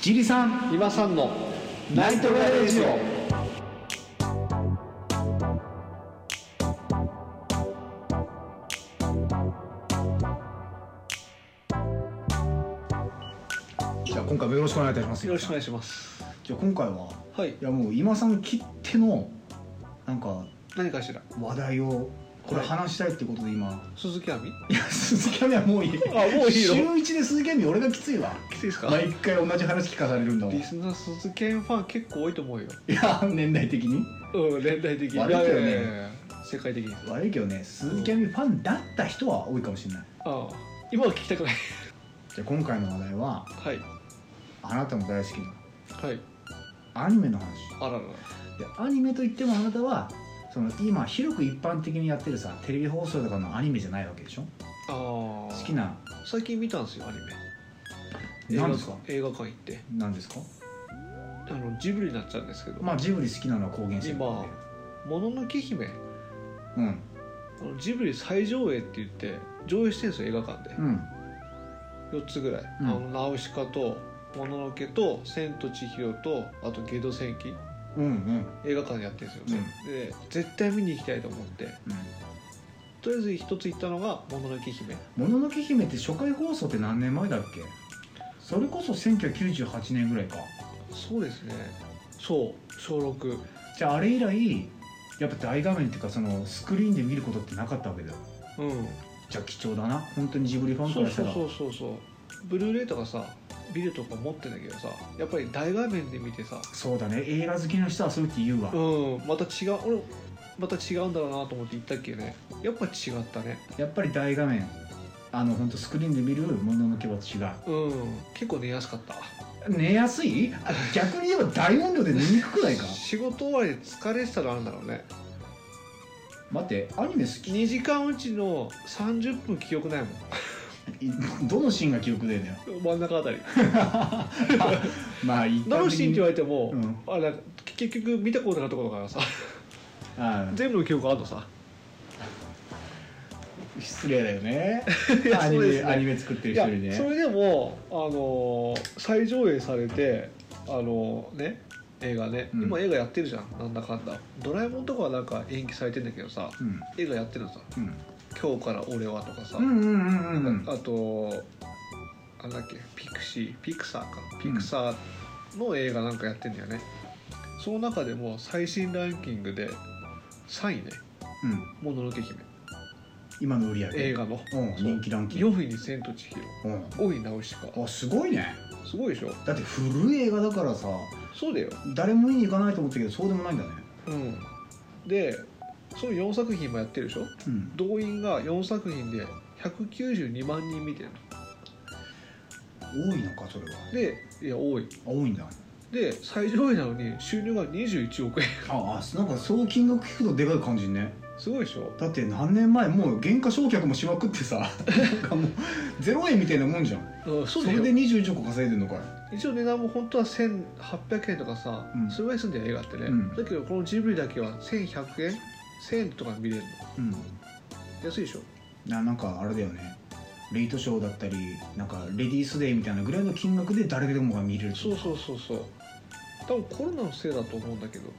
ジリさん今さんのナイトガレージオじゃあ今回もよろしくお願いいたしますよろしくお願いしますじゃあ今回ははいいやもう今さん切ってのなんか何かしら話題をこれはい話したいってことで今、鈴木亜美い、や鈴木亜美はもういいあもういいの週一で鈴木亜美俺がきついわきついですか、毎回同じ話聞かされるんだもんリスナー鈴木亜美ファン結構多いと思うよいや年代的にうん連帯的に悪いけどねいやいやいや世界的に悪いけどね鈴木亜美ファンだった人は多いかもしれないああ今は聞きたくないじゃあ今回の話題ははいあなたも大好きなはいアニメの話あらららでアニメといってもあなたはその今広く一般的にやってるさテレビ放送とかのアニメじゃないわけでしょあ好好きな最近見たんですよアニメ何ですか映画映画館行って何ですかあのジブリになっちゃうんですけどまあジブリ好きなのは公言してるん今「もののけ姫」うんあのジブリ最上映って言って上映してるんですよ映画館でうん4つぐらい、うんあのナウシカともののけと千と千尋とあとゲド戦記うんうん映画館でやってるんですよね、で絶対見に行きたいと思ってとりあえず一つ行ったのが「もののけ姫」もののけ姫って初回放送って何年前だっけそれこそ1998年ぐらいかそうですねそう小6じゃああれ以来やっぱ大画面っていうかそのスクリーンで見ることってなかったわけだようんじゃあ貴重だな本当にジブリファンかそうらしたそうらそうそうそうブルーレイとかさビデオとか持ってんだけどさやっぱり大画面で見てさそうだね映画好きの人はそうやって言うわ、うんまた違う俺また違うんだろうなと思って行ったっけねやっぱ違ったねやっぱり大画面あの本当スクリーンで見るもののけは違うん結構寝やすかったう寝やすいあ逆に言えば大音量で寝にくくないか仕事終わりで疲れてたらあるんだろうね待ってアニメ好き2時間うちの30分記憶ないもどのシーンが記憶でだよん真ん中あた りまあ一般的にどのシーンって言われても、うんあれ結局見たことないところだからさああ全部の記憶あるのさ失礼だよねいや アニそうでメすねアニメ作ってるい人やにねそれでも、あのー再上映されて、あのーね映画ね、うん今映画やってるじゃんなんだかんだドラえもんとかはなんか延期されてんだけどさうん映画やってるのさうん「今日から俺は」とかさ、うんうんうんうんあとあれだっけピクシーピクサーかピクサーの映画なんかやってんだよね、その中でも最新ランキングで3位ねうん「もののけ姫今の売り上」げ映画のうんそう人気ランキング4位に「千と千尋うん」 5位に「ナウシカ」あすごいねすごいでしょだって古い映画だからさそうだよ誰も見に行かないと思ったけどそうでもないんだねうんでその4作品もやってるでしょうん動員が4作品で192万人見てる多いのかそれはでいや多いあ多いんだで最上位なのに収入が21億円ああなんかそう金額聞くとでかい感じねすごいでしょだって何年前もう原価償却もしまくって さなんかもう0円みたいなもんじゃんうんそそうだれよで21個稼いでんのかい一応値段も本当は1800円とかさ、うんそれぐらいするんだよ映画ってね、うんだけどこのジブリだけは1100円1000円とかで見れるうんの安いでしょななんかあれだよねレイトショーだったりなんかレディースデーみたいなぐらいの金額で誰でもが見れるそうそうそうそう多分コロナのせいだと思うんだけど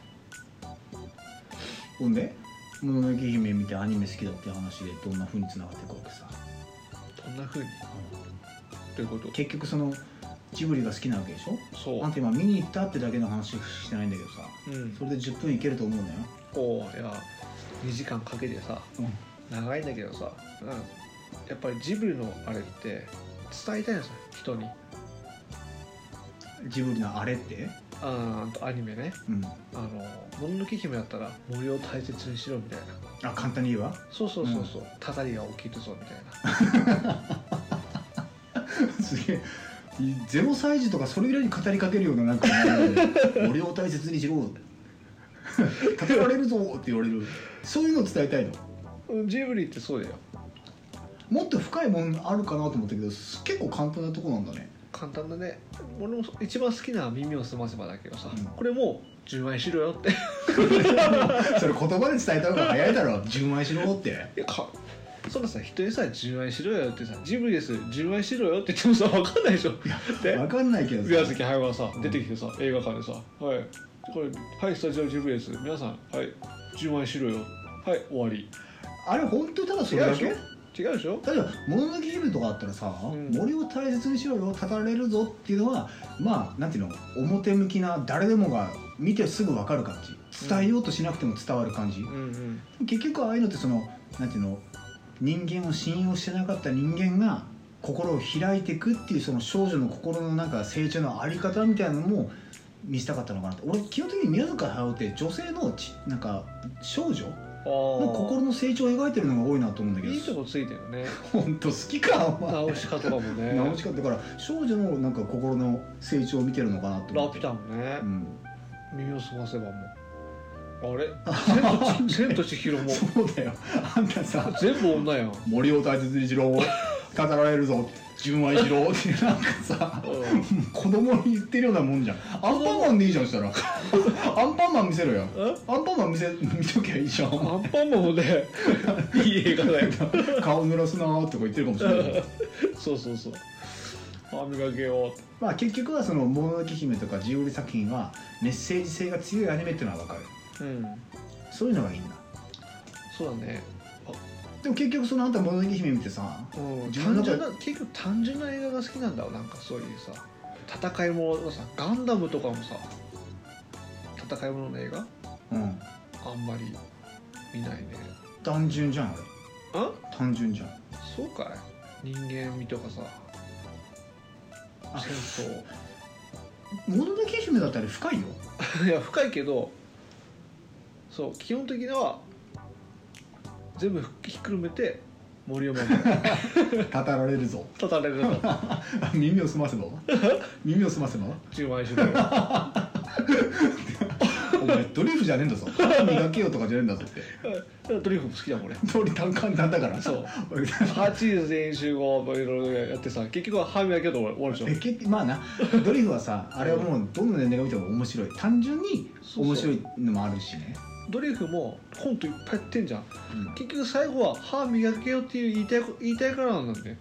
ほんで「もののけ姫」見てアニメ好きだって話でどんな風に繋がっていくわけさどんな風にということ結局そのジブリが好きなわけでしょそうあんた今見に行ったってだけの話してないんだけどさうんそれで10分いけると思うんだよ、こういや2時間かけてさうん、長いんだけどさ、うん、やっぱりジブリのあれって伝えたいのさ人にジブリのあれって、あーあとアニメねうん、あの「もののけ姫」だったら森を大切にしろみたいなあ簡単に言えばそうそうそうそう、たたりが起きるぞみたいなすげえゼロ歳児とかそれぐらいに語りかけるようななんか俺を大切にしろ立てられるぞって言われるそういうのを伝えたいのうんジブリってそうだよもっと深いもんあるかなと思ったけどす結構簡単なとこなんだね簡単だね俺も一番好きな「耳をすませば」だけどさ、うんこれも「純愛しろよ」って それ言葉で伝えた方が早いだろ純愛しろっていやかそんなさ人にさ純愛しろよってさジブリです純愛しろよって言ってもさ分かんないでしょで分かんないけど宮さ崎駿がさうん出てきてさ、映画館でさ「はいこれはいスタジオジブリです皆さんはい純愛しろよはい終わりあれ本当にただ」そ違れうだでしけょ違うでしょ例えば「もののけ姫」とかあったらさ、ん森を大切にしろよ語られるぞっていうのはまあなんていうの表向きな誰でもが見てすぐ分かる感じ伝えようとしなくても伝わる感じ、うんうん結局ああいうのってそのなんていうの人間を信用してなかった人間が心を開いていくっていうその少女の心のなんか成長のあり方みたいなのも見せたかったのかなと俺基本的に宮坂駿って女性のちなんか少女あのあ心の成長を描いてるのが多いなと思うんだけどいいとこついてるね 本当好きかお前直し方もね直し方だから少女のなんか心の成長を見てるのかなとラ思っピてュタもね、うん、耳を澄ませばもうあ れ「千と千千と千尋」もそうだよあんたさ全部女 やん森を大切にしろ語られるぞ純愛しろってなんかさう子供に言ってるようなもんじゃんアンパンマンでいいじゃんそしたらアンパンマン見せろよんえアンパンマン見せ見ときゃいいじゃんアンパンマンも ねいい映画だよ顔濡らすなーとか言ってるかもしれないけどそうそうそう歯磨けよまあ結局はその「もののけ姫」とかジオリ作品はメッセージ性が強いアニメっていうのは分かるううんそういうのがいいんだそうだねでも結局そのあんた「もののけ姫」見てさうん自分単の純な結局単純な映画が好きなんだわなんかそういうさ戦いもののさガンダムとかもさ戦いものの映画うんあんまり見ないね単純じゃんあれあ単純じゃんそうかい人間味とかさあ戦「もののけ姫」だったら深いよ争いや深いけどそう基本的には全部ひっくるめて森を守る語られるぞたたれるとあ耳を澄ませ ば耳を澄ませば10万しろよお前ドリフじゃねえん だぞ磨けよとかじゃねえんだぞってドリフも好きだもん俺通り単管なんだからそう俺ハチーズ全員集合いろいろやってさ結局は歯磨きだと終わるでし え結局まあなドリフはさあれはもうどの年代が見ても面白い単純に面白いのもあるしねょドリフもコントいっぱいやってんじゃん結局最後は歯磨けよっていう言いたいこ言いたいからなんだ よね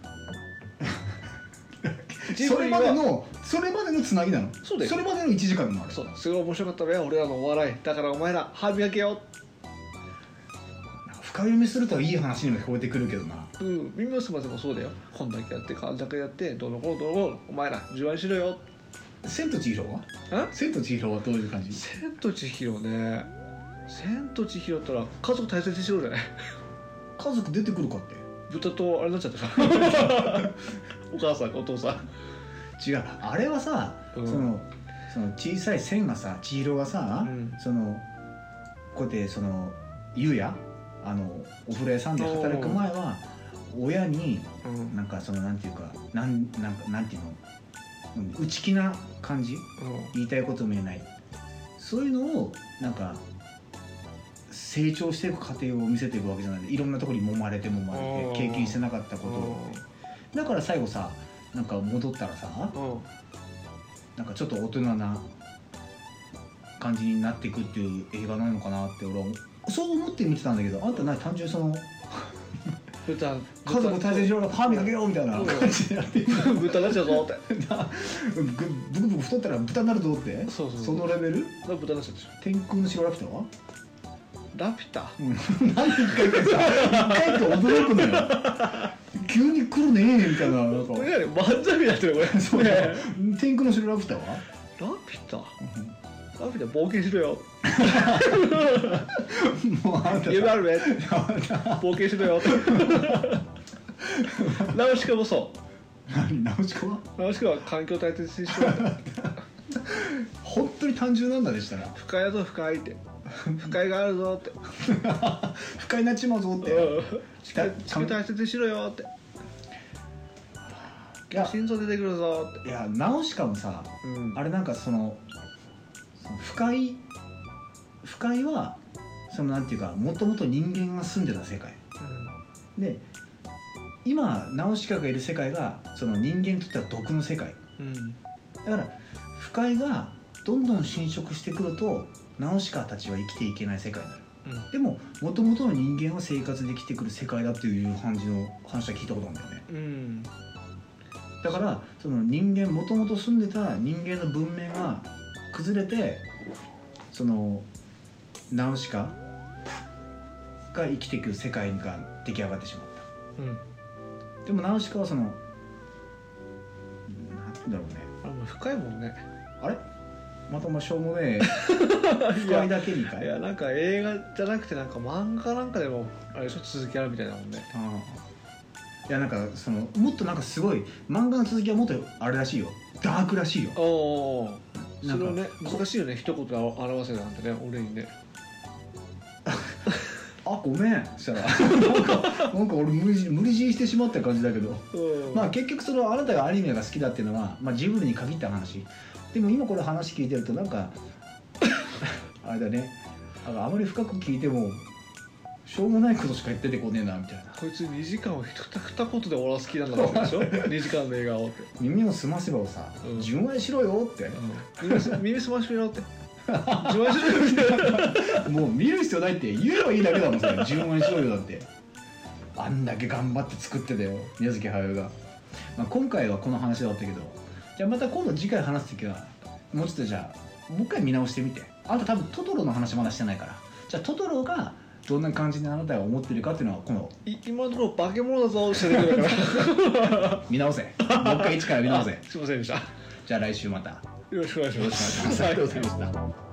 うんそれまでのそれまでのつなぎなのそうだよれまでの1時間もあるそうすごい面白かったね俺らのお笑いだからお前ら歯磨けよ、なんか深読みするといい話にも聞こえてくるけどなうん、耳をすませもそうだよこんだけやってこんだけやってどうのこうのどうのこうのお前ら受愛しろよ「千と千尋」はん「千と千尋」はどういう感じ千と千尋ね千と千尋ったら家族大切にしろじゃない家族出てくるかって豚とあれになっちゃったじゃん お母さんお父さん違うあれはさ、うんそのその小さい線がさ千尋がさ、うんそのこうやってその優やあのお風呂屋さんで働く前は親にうんなんかそのなんていうかなんなんかなんていうのうん内気な感じ言いたいことも言えないそういうのをなんか成長していく過程を見せていくわけじゃないいろんなところに揉まれて揉まれてうん経験してなかったこうとんをだから最後さなんか戻ったらさ、うんなんかちょっと大人な感じになっていくっていう映画なのかなって俺は思うそう思って見てたんだけどあんたな単純にその豚家族大切にしろよパーミかけよみたいなうん感じでやって豚豚なっちゃうぞってブクブク太ったら豚になるぞってそうそうそのレベル豚なっちゃうでしょ天空の城ラピュタはラピュタ何で一回一回さ一回一回驚くのよ急に来るねみたいななんかこれね漫才みたいになってるよこれそうねだよ天空の城ラピュタはラピュタラピュタ冒険しろよもうあんたさ夢あるね冒険しろよ ナウシカもそ何ナウシカはうナウシカは環境大切にしろよ本当に単純なんだでしたら不快だぞ不快って不快があるぞって 不快になっちまうぞって、い地球地球大切にしろよってや心臓出てくるぞっていやナウシカもさうんあれなんかそのその不快不快はそのなんていうかもともと人間が住んでた世界で今ナウシカがいる世界がその人間にとっては毒の世界うんだから不快がどんどん侵食してくるとナウシカたちは生きていけない世界になるうんでももともとの人間は生活できてくる世界だっていう感じの話は聞いたことあるんだよねうんだからその人間もともと住んでた人間の文明が崩れてそのナウシカが生きていく世界が出来上がってしまったうんでもナウシカはそのなんて言うんだろうねあもう深いもんねあれまたお前しょうもねえい深やいだけにかいいやなんか映画じゃなくてなんか漫画なんかでもあれでしょ続きあるみたいだもんねああいやなんかそのもっとなんかすごい漫画の続きはもっとあれらしいよダークらしいよおおなそんかれをね難しいよね一言で表せなんてね俺にねあごめんそしたらなんかなんか俺無理無理強いしてしまった感じだけどまあ結局そのあなたがアニメが好きだっていうのは、まあ、ジブリに限った話でも今これ話聞いてるとなんか あれだねなんかあまり深く聞いてもしょうもないことしか言っててこねえなみたいなこいつ2時間をひとた二言で終わらす気なんだった でしょ2時間の映画をって、耳を澄ませばをさ、うん純愛しろよって 耳す耳すましろよって自慢しろよってもう見る必要ないって言えばいいだけだもんそれ純愛しろよだってあんだけ頑張って作ってたよ宮崎駿が、まあ、今回はこの話だったけどじゃあまた今度次回話す時はもうちょっとじゃあもう一回見直してみてあと多分トトロの話まだしてないからじゃあトトロがどんな感じにあなたが思ってるかっていうのはこのい今のところ化け物だぞって出てくるから見直せもう一回一から見直せすいませんでした じゃあ来週またよよろしくお願いしろましくお願いしますすありがとうございました